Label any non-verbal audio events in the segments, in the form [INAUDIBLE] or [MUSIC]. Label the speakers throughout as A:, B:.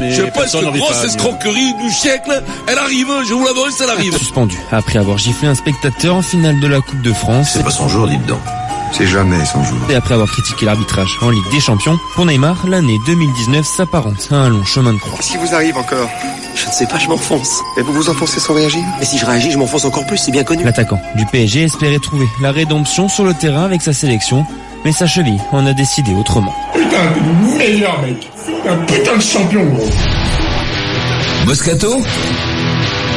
A: mais
B: Je pense
A: personne
B: que
A: n'aurait
B: grosse
A: pas-
B: escroquerie du siècle, elle arrive, je vous l'annonce, elle
C: [LAUGHS]
B: arrive.
C: Suspendu après avoir giflé un spectateur en finale de la Coupe de France
D: pas son jour, dites donc. C'est jamais son jour.
C: et après avoir critiqué l'arbitrage en Ligue des Champions, pour Neymar, l'année 2019 s'apparente à un long chemin de croix.
D: Qu'est-ce qui vous arrive encore
E: Je ne sais pas, je m'enfonce.
D: Et vous vous enfoncez sans réagir
E: Mais si je réagis, je m'enfonce encore plus, c'est bien connu.
C: L'attaquant du PSG espérait trouver la rédemption sur le terrain avec sa sélection, mais sa cheville en a décidé autrement.
F: Putain, t'es le meilleur mec. Un putain de champion, gros.
G: Moscato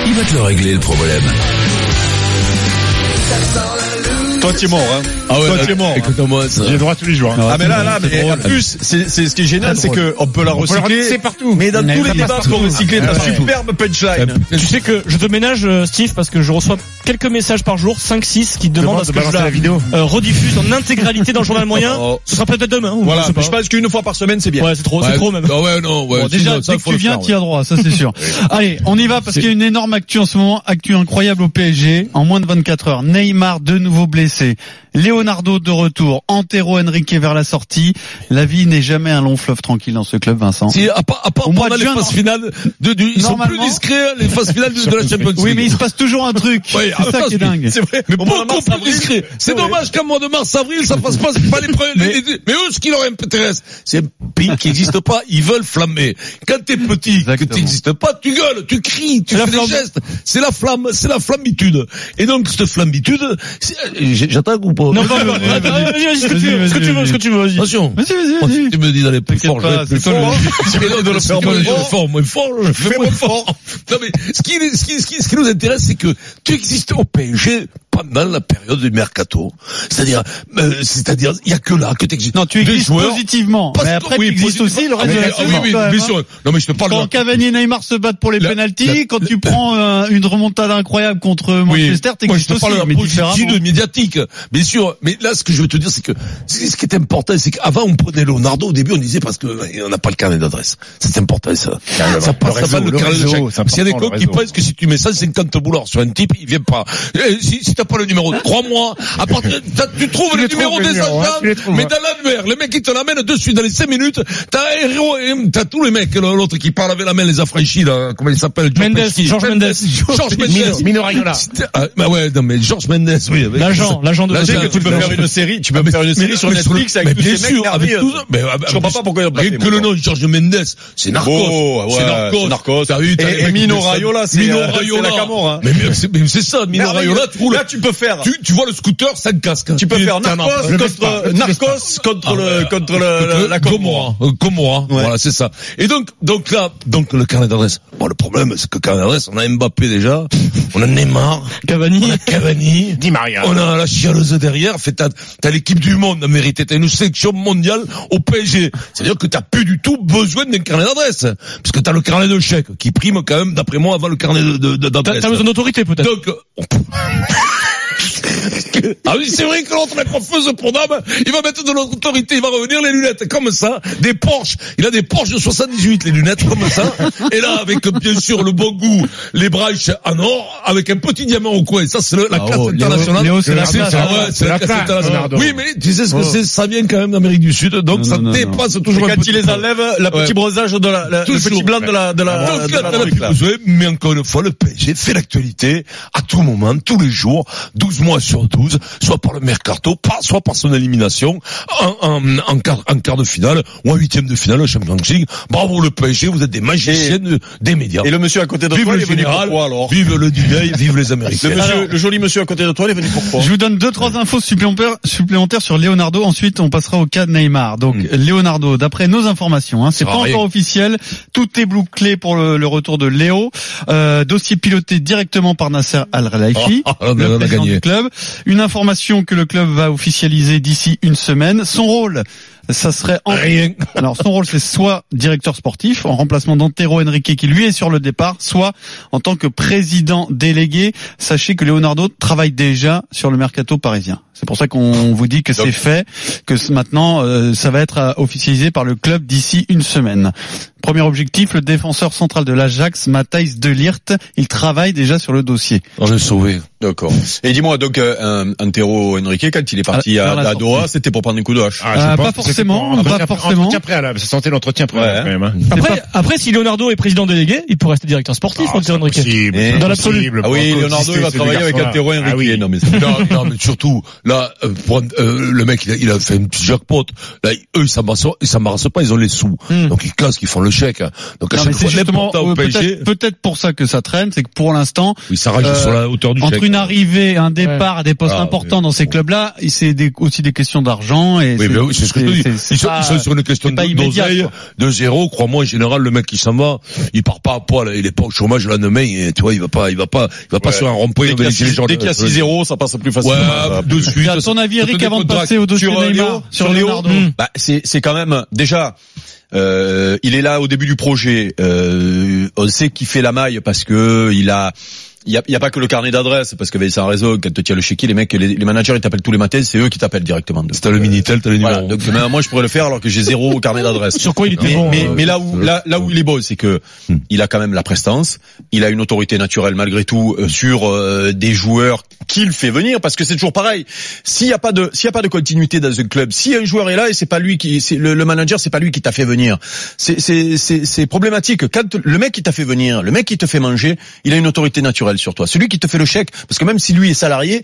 G: Il va te le régler le problème.
H: Toi, t'es mort, hein. Toi, t'es mort. hein.
A: Écoute-moi ça.
H: J'ai le droit tous les jours. hein.
A: Ah ouais,
H: Ah, mais là, là,
A: c'est
H: mais en
A: drôle.
H: plus, c'est, c'est ce qui est génial,
F: Très
H: c'est
F: drôle.
H: que on peut la
F: On peut la
H: recycler.
F: recycler partout.
H: Mais dans
F: Mais elle
H: tous les
F: passe
H: débats,
F: partout.
H: qu'on recycler ta
F: Ouais.
H: superbe punchline.
I: Tu sais que je te ménage, euh, Steve, parce que je reçois quelques messages par jour, 5-6, qui demandent à ce que je la
F: vidéo.
I: euh, rediffuse en intégralité dans le journal moyen.
H: [LAUGHS] Oh.
I: Ce sera peut-être demain. hein, ou
H: Voilà.
I: je sais pas.
H: Je pense qu'une fois par semaine, c'est bien.
I: Ouais, c'est trop,
A: Ouais,
I: c'est trop même.
A: Ah ouais, non, ouais, sinon,
H: Bon,
J: Déjà,
A: ça,
J: dès que
A: faut
J: tu
A: le
J: viens,
A: faire,
J: t'y as droit, ça
A: [LAUGHS]
J: c'est sûr. Allez, on y va parce qu'il y a une énorme actu en ce moment, actu incroyable au PSG, en moins de 24 heures. Neymar de nouveau blessé, Leonardo de retour, Antero Henrique vers la sortie. La vie n'est jamais un long fleuve tranquille dans ce club, Vincent.
A: Si, à part, à part
J: Au mois
A: pendant
J: de
A: les
J: juin,
A: phases
J: non.
A: finales, de, du, ils sont plus
J: Normalement-
A: discrets, hein, les phases finales de, de
J: [LAUGHS]
A: la Champions League.
J: Oui, mais il se passe toujours un truc.
A: Ouais,
J: c'est
A: [LAUGHS]
J: ça
A: attends,
J: qui est dingue.
H: C'est vrai.
A: Mais
H: Au moins, en
A: beaucoup
H: mars,
A: plus
H: avril,
A: discret. C'est
H: ouais.
A: dommage qu'à mois de mars-avril, ça fasse pas, c'est pas les premiers. les- les- Mais eux, ce qui leur intéresse, c'est un pays qui n'existe pas, ils veulent flammer. Quand t'es petit, que
J: Exactement.
A: t'existes pas, tu gueules, tu cries, tu fais des gestes. C'est la flamme, c'est la flambitude. Et donc, cette flambitude, c'est- euh, j'ai- j'attaque ou pas? [LAUGHS]
I: Non, pas, non, vas-y, vas-y, ce que tu veux, ce que tu veux, ce que tu veux, vas-y.
A: Attention.
J: Vas-y, vas-y,
A: Oh,
J: vas-y.
A: si tu me dis d'aller plus
J: T'inquiète
A: fort, je
J: pas,
A: vais plus
J: c'est
A: fort. [LAUGHS]
J: toi
A: Et donc, de le faire
H: Si tu
A: moins
H: veux
A: fort,
H: fort,
A: fort, moins fort, je fais moins fort. Non, mais, ce qui, ce qui, ce qui, ce qui nous intéresse, c'est que tu existes au PSG pendant la période du mercato. C'est-à-dire, euh, c'est-à-dire, il y a que là que tu existes.
J: Non, tu
A: Des
J: existes
A: joueurs-
J: positivement.
A: Parce
J: Mais
A: que-
J: après,
A: oui,
J: tu existes
A: positivement.
J: aussi le reste
A: Ah,
J: de la
A: mais- ah, oui,
J: saison,
A: oui,
J: quand même,
A: bien
J: hein.
A: sûr. Non, mais je te parle
J: Quand
A: de-
J: Cavani et Neymar se battent pour les
A: La-
J: pénalties,
A: la-
J: quand tu prends euh, une remontade incroyable contre
A: Oui.
J: Manchester,
A: Moi, je
J: t'existes
A: te
J: aussi,
A: parle
J: mais
A: d'un
J: différemment.
A: positif médiatique, bien sûr. Mais là, ce que je veux te dire, c'est que c'est- ce qui est important, c'est qu'avant, on prenait Leonardo. Au début, on disait parce que euh, on n'a pas le carnet d'adresse. C'est important, ça. ça passe
H: réseau,
A: avant le,
H: le
A: carnet
H: réseau,
A: de chèque.
H: c'est
A: Parce qu'il y a des
H: important,
A: gens
H: le
A: qui
H: réseau.
A: pensent que si tu mets 150 boulards sur un type, il vient pas. Eh, si si t'as pas le numéro, crois-moi, à partir- t'as- tu trouves le
F: les
A: numéro
F: trouves, les
A: des
F: numéros, hein,
A: agents,
F: tu les trouves,
A: mais
F: hein.
A: dans l'annuaire, le mec qui te l'amène dessus dans les 5 minutes, t'as un héros, et t'as tous les mecs, l'autre qui parle avec la main, les affranchis, là, comment il s'appelle? Joe
I: Mendes,
A: Pesci.
I: Georges Mendes.
A: Georges Mendes.
F: Mino Raiola.
A: C'était- ah, bah ouais, non, mais Georges Mendes, oui. avec-
I: L'agent, l'agent de
A: L'agent
H: Tu sais
A: Putain,
H: que tu peux
A: mais-
H: faire une série, tu
A: Ah,
H: peux
A: mais-
H: faire une
A: mais-
H: série sur
A: mais-
H: Netflix
A: mais
H: avec tous
A: bien
H: ces mecs
A: sûr, avec
H: merveilleux.
A: tous- mais, ah, bah,
H: Je comprends pas pourquoi ils ont pas
A: Rien
H: fait,
A: que le
H: moi.
A: nom de Georges Mendes, c'est Narcos.
H: Oh, ouais,
A: c'est Narcos.
H: c'est Narcos.
A: T'as vu, t'as
H: Et-
A: les mecs
H: et Mino
A: de ça.
H: Raiola, c'est-
A: Mino
H: euh, c'est
A: Raiola.
H: la Camorra, hein.
A: Mais, mais c'est- mais c'est ça, Mino
H: Merveilleux.
A: Raiola, tu roules.
H: Là, tu peux faire.
A: Tu, tu vois le scooter sans casque.
H: Tu peux
A: Et
H: faire
A: t'es un
H: Narcos
A: enfant.
H: contre, Narcos contre
A: Ah,
H: le,
A: ouais.
H: contre le-
A: Contre
H: la
A: Gomorrah. Euh, Gomorrah. Voilà, c'est ça. Et donc, donc là, donc le carnet d'adresse. Bon, le problème, c'est que le carnet d'adresse, on a Mbappé déjà, on a Neymar, on
I: Cavani.
A: a Cavani,
F: Di Maria.
A: on a la chialeuse derrière. Fait, t'as, t'as l'équipe du monde à mériter. T'as une sélection mondiale au PSG. C'est-à-dire que t'as plus du tout besoin d'un carnet d'adresse. Parce que t'as le carnet de chèque qui prime quand même, d'après moi, avant le carnet de, de- de-
I: T'as
A: d'adresse.
I: t'as besoin d'autorité, peut-être.
A: Donc, euh, ah oui, c'est vrai que l'autre, la coiffeuse pour dame, il va mettre de l'autorité, il va revenir les lunettes, comme ça, des Porsche. Il a des Porsche de 78, les lunettes, comme ça. Et là, avec, bien sûr, le bon goût, les braches en or, avec un petit diamant au coin. Ça, c'est le- la classe
J: oh, Léo-
A: internationale.
J: Léo, c'est la
A: Ah ouais,
J: classe, hein.
A: c'est la classe internationale. Oui, mais tu sais ce que c'est, ça vient quand même d'Amérique du Sud, donc
J: Non,
A: ça
J: non, non,
A: dépasse
H: Et
A: toujours un
H: quand
A: petit
H: ils les
A: peu.
H: enlèvent, la
A: Ouais.
H: petit brosage de la, la- Euh, le
A: Toujours.
H: petit blanc de la, de la,
A: Donc
H: de
A: là,
H: la
A: t'en as
H: truc,
A: plus
H: là.
A: besoin, mais encore une fois, le PSG fait l'actualité à tout moment, tous les jours, 12 mois sur 12, soit par le mercato, pas- soit par son élimination, en, en- en quart, en quart de finale, ou en huitième de finale, au Champions League. Bravo le PSG, vous êtes des magiciens de- des médias.
H: Et le monsieur à côté de
A: vive
H: toi, il
A: le
H: est venu
A: général,
H: pourquoi alors?
A: vive le Dubaï, vive les Américains.
H: Le monsieur, le joli monsieur à côté de toi, il est venu pourquoi?
J: Je vous donne deux trois infos supplémentaires, supplémentaires sur Leonardo. Ensuite, on passera au cas de Neymar. Donc Leonardo, d'après nos informations, hein, c'est
A: Ah,
J: pas
A: oui.
J: encore officiel. Tout est bouclé pour le, le retour de Léo. Euh, dossier piloté directement par Nasser Al Khelaifi.
A: Ah, ah, ah, on
J: le
A: a
J: président
A: gagné.
J: du club. Une information que le club va officialiser d'ici une semaine. Son rôle, ça serait en...
A: Rien.
J: Alors son rôle c'est soit directeur sportif en remplacement d'Antero Henrique qui lui est sur le départ, soit en tant que président délégué. Sachez que Leonardo travaille déjà sur le mercato parisien. C'est pour ça qu'on vous dit que c'est fait, que ce- maintenant euh, ça va être euh, officialisé par le club d'ici une semaine. Premier objectif, le défenseur central de l'Ajax, Matthijs de Liert, il travaille déjà sur le dossier.
A: On est sauvé.
H: D'accord. Et dis-moi, donc, euh, un- Antero Henrique, quand il est parti
J: Ah,
H: à,
J: vers la
H: à Doha,
J: sortie.
H: c'était pour prendre un coup de hache.
F: pense
J: Euh, pas
F: que c'est
J: forcément,
H: Entretien-
J: pas forcément.
H: Entretien préalable, ça sentait l'entretien préalable quand même. hein.
I: Après, après, si Leonardo est président délégué, il peut rester directeur sportif,
H: Ah,
I: Antero
H: c'est
I: Henrique.
H: impossible,
I: Dans
H: c'est
I: l'absolu.
H: impossible.
G: Ah oui,
H: Pourquoi
G: Leonardo, il va
H: exister, ce
G: travailler avec
H: garçon-là
G: Antero
H: Ah
G: Henrique.
H: oui.
G: Non, mais c'est-
A: Non, non, mais surtout, là, euh, pour- euh, le mec, il a, il a fait une petite jackpot. Là, ils- eux, ils s'embarrassent, ils s'embarrassent pas, ils ont les sous.
J: Hmm.
A: Donc ils cassent, ils font le chèque. hein. Donc à
J: Non, mais
A: chaque
J: c'est
A: fois,
J: justement
A: n'importe quoi au
J: euh,
A: PSG,
J: peut-être peut-être pour ça que ça traîne, c'est que pour l'instant,
A: ils s'arrachent
J: euh,
A: sur la hauteur du
J: entre
A: chèque.
J: une arrivée, et un départ, des postes
A: Ah,
J: importants
A: mais-
J: dans ces clubs-là, il- c'est des- aussi des questions d'argent et
A: Oui, mais oui, c'est ce que je te dis.
J: c'est-
A: Ils
J: c'est
A: sont,
J: pas-
A: ils sont sur une question
J: c'est pas
A: de-
J: immédiat,
A: d'oseille,
J: quoi.
A: de zéro. Crois-moi, en général, le mec qui s'en va, il part pas à poil, il est pas au chômage le lendemain, et, tu vois, il va pas, il va pas, il va pas sur un rond-point,
G: Dès
A: il va
G: qu'il y a
A: laisser les gens-
G: 6 dès qu'il y a 6-0, ça passe plus facilement.
A: Ouais, de suite.
J: Mais à ton avis,
G: Je te
J: Eric, avant de
G: décontracte.
J: passer au dossier
G: Sur, euh,
J: Neymar,
G: Léo,
J: sur
G: sur Léo,
J: Leonardo.
I: hmm.
G: Bah, c'est c'est quand même déjà. euh, il est là au début du projet. euh, on sait qu'il fait la maille parce que il a. Il n'y a, il y a pas que le carnet d'adresse parce qu'avec sa réseau, quand tu as le chéquier, les mecs, les, les managers, ils t'appellent tous les matins, c'est eux qui t'appellent directement. Donc,
A: Si t'as le
G: euh,
A: Minitel, t'as les
G: voilà.
A: numéros.
G: Donc maintenant, moi, je pourrais le faire alors que j'ai zéro au carnet d'adresse.
I: Sur quoi il était
G: Mais,
I: bon?
G: mais,
I: euh,
G: mais là où là, là où il est beau, c'est que
A: Hmm.
G: il a quand même la prestance, il a une autorité naturelle malgré tout euh, sur euh, des joueurs qu'il fait venir parce que c'est toujours pareil. S'il y a pas de s'il y a pas de continuité dans un club, si un joueur est là et c'est pas lui qui c'est le, le manager, c'est pas lui qui t'a fait venir. C'est c'est c'est c'est problématique. Quand le mec qui t'a fait venir, le mec qui te fait manger, il a une autorité naturelle sur toi. Celui qui te fait le chèque parce que même si lui est salarié,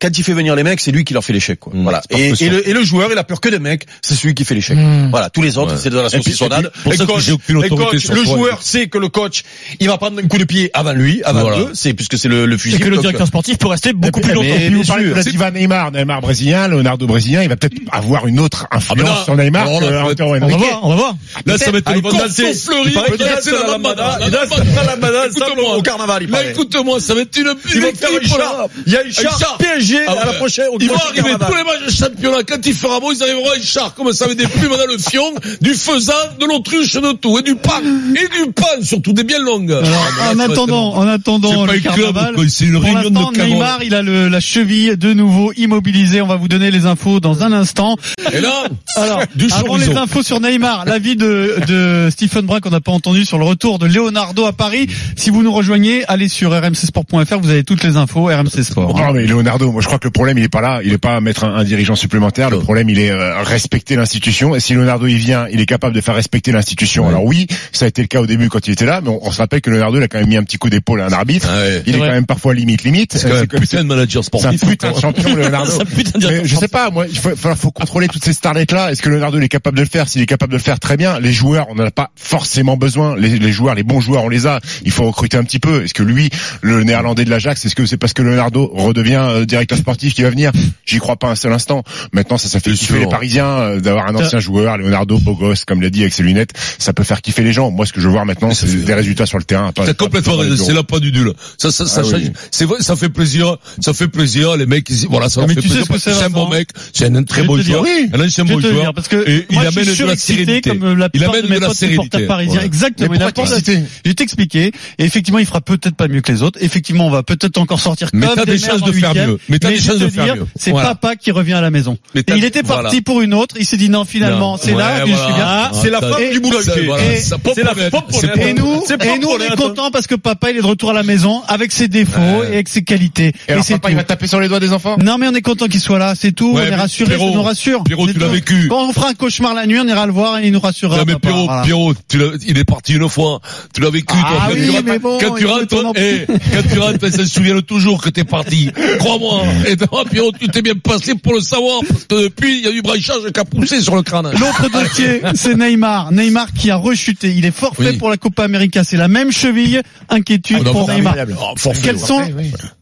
G: quand il fait venir les mecs, c'est lui qui leur fait les chèques. quoi.
A: Hmm.
G: Voilà.
A: C'est pas
G: Et,
A: possible.
G: et le, et le joueur, il a peur que des mecs, c'est celui qui fait les chèques.
I: Hmm.
G: Voilà, tous les autres,
A: Ouais.
G: c'est de la
A: Et puis-
G: saucissonnade.
A: et puis, pour
G: Et
A: ça que
G: coach-
A: j'ai aucune
G: et
A: autorité
G: coach,
A: sur
G: le
A: toi,
G: joueur sait que le coach, il va prendre un coup de pied avant lui, avant
A: Voilà.
G: eux, c'est puisque c'est le, le fusil.
I: Et que le
G: Donc,
I: directeur sportif peut rester beaucoup
H: Mais-
I: plus longtemps.
H: mais,
I: Puis vous
H: bien
I: parlez-
H: sûr,
I: vous
H: si
I: l'avez dit,
H: va Neymar, Neymar brésilien, Leonardo brésilien, il va peut-être avoir une autre influence
G: ben
A: Ah, mais là,
H: sur Neymar
A: alors là,
H: que
A: ça va être-
H: Antero
I: On va
H: Henrique.
I: voir, on va voir.
A: Là, ça va être
G: Ah,
A: le
G: il
A: bon
G: compte
A: danser.
G: son fleuri,
A: Il paraît
G: il
A: qu'il a
G: danse
A: lancé
G: la lambada, il danse la lambada,
A: Écoute-moi.
G: au carnaval, il
A: Là,
G: paraît.
A: écoute-moi, ça va être une,
G: Il
A: une
G: va faire
A: équipe,
G: une
A: là.
G: charte. Il y a une charte
A: charte.
G: PSG
A: Ah
G: à la
A: ouais.
G: prochaine. au
A: Ils vont
G: prochain
A: arriver
G: carnaval.
A: tous les matchs de championnat. Quand il fera beau, ils arriveront à char comme ça, avec des plumes dans le fion, du faisan, de l'autruche, de tout, et du pan, et du pan, surtout des bien longues. Ah,
J: Alors, en attendant, en attendant euh, le carnaval,
A: c'est une
J: pour l'instant, Neymar, il a le- la cheville de nouveau immobilisée. On va vous donner les infos dans un instant.
A: Et là,
J: Alors,
A: du
J: avant les
A: chorizo.
J: infos sur Neymar, l'avis de, de Stephen Brun qu'on n'a pas entendu sur le retour de Leonardo à Paris. Si vous nous rejoignez, allez sur rmcsport.fr, vous avez toutes les infos, RMC Sport.
H: Non mais Leonardo, moi je crois que le problème il est pas là, il est pas à mettre un, un dirigeant supplémentaire, le problème il est euh, respecter l'institution et si Leonardo il vient, il est capable de faire respecter l'institution. Alors oui, ça a été le cas au début quand il était là, mais on, on se rappelle que Leonardo il a quand même mis un petit coup d'épaule à un arbitre. Il est quand même parfois limite limite.
A: Ah C'est quand même
H: C'est
A: un
H: que-
A: putain de manager
H: C'est un
A: sportif.
H: putain
A: [LAUGHS]
H: de champion, Leonardo.
I: C'est un putain de
H: Mais
I: directeur
H: je sais pas, moi, il faut, faut, faut contrôler toutes ces starlettes-là. Est-ce que Leonardo il est capable de le faire S'il est capable de le faire, très bien. Les joueurs, on n'en a pas forcément besoin. Les, les joueurs, les bons joueurs, on les a. Il faut recruter un petit peu. Est-ce que lui, le néerlandais de l'Ajax, est-ce que c'est parce que Leonardo redevient euh, directeur sportif qu'il va venir J'y crois pas un seul instant. Maintenant, ça, ça fait
A: Bien
H: kiffer
A: sûr.
H: les Parisiens euh, d'avoir un ancien joueur, Leonardo, beau gosse, comme l'a dit, avec ses lunettes. Ça peut faire kiffer les gens. Moi, ce que je veux voir maintenant,
A: Mais ça
H: c'est
A: fait-
H: des résultats sur le terrain. pas-
A: T'as
H: pas-
A: complètement
H: pas dans les
A: raison, c'est
H: bureaux.
A: là pas du nul. Ça, ça, ça
H: Ah oui.
A: change. C'est vrai, ça fait plaisir, ça fait plaisir, les mecs, ils- voilà, ça
J: Ah,
A: leur
J: mais
A: fait
J: tu sais
A: plaisir
J: ce que
A: parce que
J: c'est,
A: c'est un
J: Vincent
A: bon mec, c'est un très
J: Je
A: bon
J: te dire,
A: joueur,
J: oui.
A: un ancien
J: Je vais
A: bon
J: te le dire,
A: joueur.
J: parce que
A: Et il
J: moi,
A: amène
J: je
A: de
J: suis
A: la
J: surexcité
A: sérénité.
J: comme euh, la
A: Il
J: plupart
A: amène
J: de
A: de
J: mes
A: la
J: potes supporters
A: sérénité.
J: parisiens.
A: Ouais.
J: Exactement.
H: Mais
J: il a
H: pourquoi
J: pas de-
H: t'exciter
J: Je vais t'expliquer. Effectivement, il fera peut-être pas mieux que les autres. Effectivement, on va peut-être encore sortir
A: Mais
J: comme
A: t'as des
J: merdes
A: chances
J: en
A: de faire
J: huitième.
A: mieux. Mais t'as des
J: je vais
A: chances
J: te
A: de faire
J: dire,
A: mieux.
J: C'est
A: Voilà.
J: papa qui revient à la maison.
A: Mais
J: Et
A: t'as-
J: il était parti
A: voilà.
J: pour une autre. Il s'est dit non, finalement, c'est là que je suis bien.
G: c'est la femme du boulanger.
J: Et-
A: C'est la
J: Et nous,
G: C'est pas
J: et nous, on est
G: honnête.
J: contents parce que papa, il est de retour à la maison avec ses défauts et avec ses qualités.
H: Et alors,
J: c'est
H: papa,
J: tout.
H: il va taper sur les doigts des enfants
J: [LAUGHS] Non, mais on est content qu'il soit là, c'est tout.
A: Ouais,
J: on est
A: mais
J: rassuré, ça
A: Pierrot,
J: nous rassure.
A: Pierrot,
J: C'est
A: tu l'as
J: tout.
A: vécu.
J: Quand on fera un cauchemar la nuit, on ira le voir et il nous rassurera.
A: Non mais
J: papa,
A: Pierrot,
J: voilà.
A: Pierrot, tu l'as- il est parti une fois. Tu l'as vécu.
J: Ah
A: toi, quand,
J: oui,
A: tu,
J: mais
A: rentres-
J: bon,
A: quand tu
J: il faut
A: rentres,
J: ton
A: eh, quand tu rentres, ça se souvient toujours que t'es parti. Crois-moi. Et toi, Pierrot, tu t'es bien passé pour le savoir parce que depuis, il y a du braillage qui a poussé sur le crâne.
J: L'autre
A: [LAUGHS]
J: dossier, c'est Neymar. Neymar qui a rechuté. Il est forfait
A: Oui.
J: pour la Copa América. C'est la même cheville. Inquiétude
A: Ah,
J: pour
A: non,
J: Neymar.
A: formidable. Oh, forfait,
J: Quelles
A: ouais.
J: sont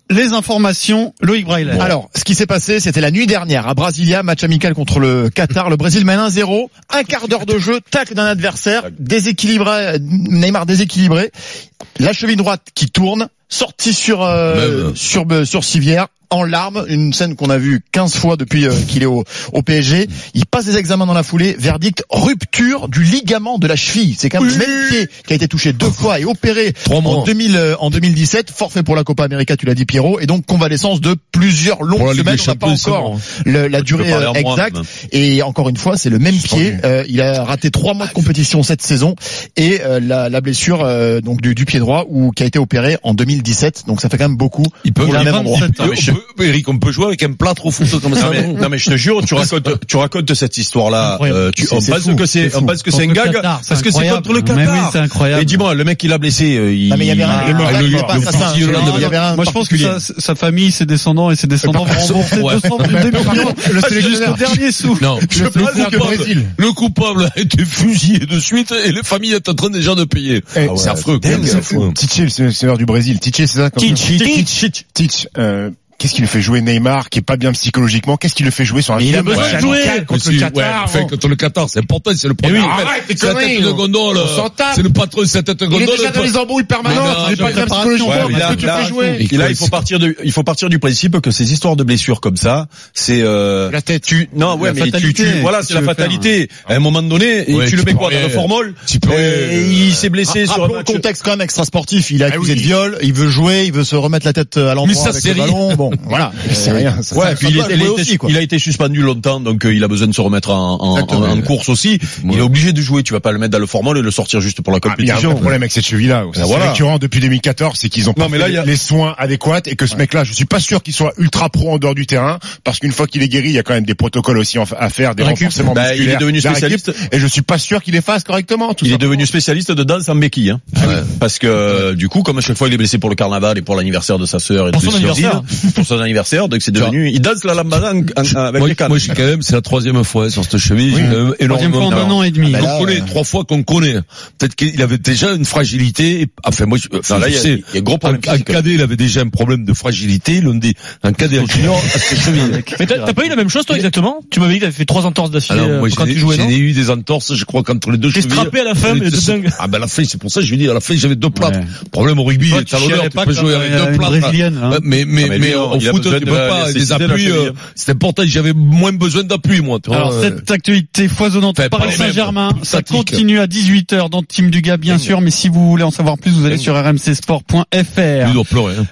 J: les informations, Loïc Braille
K: Bon. Alors, ce qui s'est passé, c'était la nuit dernière à Brasilia, match amical contre le Qatar. Le Brésil mène 1-0, un quart d'heure de jeu, tacle d'un adversaire, déséquilibré, Neymar déséquilibré, la cheville droite qui tourne, sortie sur euh,
A: Même.
K: sur sur civière. En larmes, une scène qu'on a vue 15 fois depuis euh, qu'il est au, au PSG. Il passe des examens dans la foulée. Verdict rupture du ligament de la cheville. C'est quand même le même pied qui a été touché deux fois et opéré
A: Trois mois.
K: en 2000, euh, en 2017, forfait pour la Copa América, tu l'as dit Pierrot, et donc convalescence de plusieurs longues
A: Pour la Ligue
K: semaines,
A: des
K: on n'a pas
A: Champions, c'est
K: encore
A: bon.
K: le- la
G: peux
K: durée
G: parler
K: euh,
G: en moi,
K: exacte.
G: même.
K: Et encore une fois, c'est le même pied. Euh, il a raté trois mois de compétition cette saison et euh, la, la blessure euh, donc du, du pied droit ou qui a été opérée en 2017. Donc ça fait quand même beaucoup.
A: Il peut.
K: Pour
J: Il
K: le
J: a
K: même endroit.
J: 27 ans.
A: Non, mais je sais peut, Eric, on peut jouer avec un plâtre au foot comme ça.
G: Non mais,
A: non
G: non, mais je te jure, tu racontes, tu racontes cette histoire-là.
J: Incroyable.
G: euh, tu-
J: C'est-
G: on
J: c'est
G: pense
J: fou,
G: que
J: c'est
G: c'est,
J: fou.
G: on pense que c'est un
J: Contre le
G: gag,
J: Qatar, c'est
G: parce que c'est
J: incroyable.
G: contre le Qatar.
J: Mais oui, c'est incroyable.
G: Et dis-moi, le mec il a blessé. euh, Il...
K: Non, mais il y avait un-
G: Ah,
K: le mort,
G: il
K: il
G: le-
K: est pas
G: le
K: assassin,
G: parti-
K: il y
G: le-
K: avait rien de
J: Moi, je pense que sa,
K: particulier.
J: sa famille, ses descendants et ses descendants vont rembourser
A: Ouais.
J: 200 des millions
H: Le
J: jusqu'au
H: sélectionneur.
J: dernier sou.
A: Non,
H: Je
A: le,
H: pense que
A: coupable,
H: le Brésil.
A: le coupable a été fusillé de suite et les familles sont en train déjà de payer. Ah
H: Eh,
A: c'est affreux. quand même, c'est affreux.
H: Tite, le sélectionneur du Brésil. Tite, c'est ça
I: Tite, Tite.
H: Tite. Tite, euh, Qu'est-ce qui le fait jouer Neymar, qui est pas bien psychologiquement Qu'est-ce qui le fait jouer sur un
I: il a
H: vieux
I: besoin
H: match
I: de jouer.
H: amical contre
A: Mais
H: le
A: si,
H: Qatar
A: ouais, enfin,
H: bon.
A: contre le Qatar, c'est important, c'est le premier.
H: oui, arrête tes
A: c'est la tête
H: conneries,
A: de
H: on-
A: gondole.
H: on s'en tape.
A: C'est le patron, c'est la tête de
K: Il est
A: gondole.
K: déjà dans les embrouilles permanentes,
A: Mais non,
K: il est pas
A: je-
K: bien psychologiquement,
G: Ouais, mais
K: parce
G: là-
K: que tu
G: là-
K: fais jouer.
G: Et là, il faut partir du, il faut partir du principe que ces histoires de blessures comme ça, c'est euh,
H: La tête.
G: Tu, non, ouais,
J: La
G: mais tu,
J: fatalité,
G: tu- voilà,
J: qu'est-ce
G: c'est
J: que
G: la
J: tu veux
G: fatalité. À un moment donné, et
A: Ouais,
G: tu le
A: tu
G: mets
A: peux
G: quoi dans
A: rien.
G: le formol
A: Tu euh, ah, peux-
G: Et il s'est blessé sur un
K: Rappelons le
G: match.
K: contexte quand même extra sportif. Il est accusé
H: Ah oui.
K: de viol, il veut jouer, il veut se remettre la tête euh, à l'endroit
A: Mais ça,
K: avec
A: c'est
K: le
A: rien.
K: ballon. Bon, voilà.
H: C'est
K: Euh,
H: rien. ça.
G: Ouais, puis il,
K: ça doit
G: est- il
K: jouer
G: a été-
K: aussi, quoi.
G: il a été suspendu longtemps, donc euh, il a besoin de se remettre en, en-
K: Exactement.
G: en- en course aussi. Il est obligé de jouer. Tu vas pas le mettre dans le formol et le sortir juste pour la
H: Ah, mais Il y a un
G: compétition. Ben
H: vrai problème avec cette cheville-là. C'est
G: voilà.
H: récurrent depuis 2014, c'est qu'ils ont pas
G: Non, mais
H: fait
G: là, il y a-
H: les soins adéquats et que ce mec-là, je suis pas sûr qu'il soit ultra pro en dehors du terrain, parce qu'une fois qu'il est guéri, il y a quand même des protocoles aussi en- à faire, des
G: Récup.
H: renforcements
G: Bah, il
H: musculaires.
G: est devenu
H: la
G: spécialiste.
H: récup, et je suis pas sûr qu'il les fasse correctement. Tout
G: Il
H: ça.
G: est devenu spécialiste de danse en béquille, hein. parce que euh, du coup, comme à chaque fois il est blessé pour le carnaval et pour l'anniversaire de sa sœur et
I: Pour
G: de
I: son
G: ses cousines,
I: anniversaire.
G: pour son
K: [LAUGHS]
G: anniversaire, donc c'est devenu, il danse la lambada en- en- avec
A: moi,
G: les cannes.
A: moi, je suis quand même, c'est la troisième fois sur cette cheville. j'ai quand même
J: Troisième fois
A: énormément
J: en
A: mal.
J: un an et demi.
K: Ah, bah,
A: qu'on
K: là,
A: connaît,
K: euh,
A: trois fois qu'on connaît. Peut-être qu'il avait déjà une fragilité. et- Enfin, moi, je, enfin,
G: Non, là,
A: je
G: il y a-
A: sais,
G: il y a gros problème
A: Un,
G: physique.
A: cadet, il avait déjà un problème de fragilité. L'on dit, un cadet à junior, à ses chevilles.
I: Mais t'as t'as pas eu la même chose toi exactement Tu m'avais dit que t'avais fait trois entorses d'affilée
A: Alors,
I: euh,
A: moi,
I: quand
A: j'ai
I: tu jouais, non
A: j'ai eu des entorses, je crois, qu'entre les deux
I: T'es
A: chevilles.
I: strappé à la fin, mais de
A: C'est-
I: dingue.
A: Ah, ben, à la fin, c'est pour ça, que je lui dis, à la fin, j'avais deux plâtres.
J: Ouais.
A: Problème au rugby,
J: Toi,
A: les
J: tu
A: talonneurs,
J: chialais
A: tu
J: pas
A: peux
J: quand
A: jouer avec
J: il y avait
A: deux
J: une
A: plâtres.
J: brésilienne, là, hein.
A: Euh, Mais, mais,
G: Ah, mais
A: mais,
G: non,
A: au
G: il a
A: foot, tu
G: besoin
A: peux
G: de la-
A: pas.
G: la
A: Des
G: cécité, la
A: appuis,
G: cheville.
A: euh, c'est important, j'avais moins besoin d'appui, moi, tu vois.
J: Alors
A: Euh,
J: cette actualité foisonnante
A: Enfin, pas
J: Paris
A: les mêmes.
J: Saint-Germain, ça
A: Statique.
J: continue à 18h dans Team Dugas bien sûr, mais si vous voulez en savoir plus, vous allez sur rmcsport.fr.
A: il doit pleurer, hein.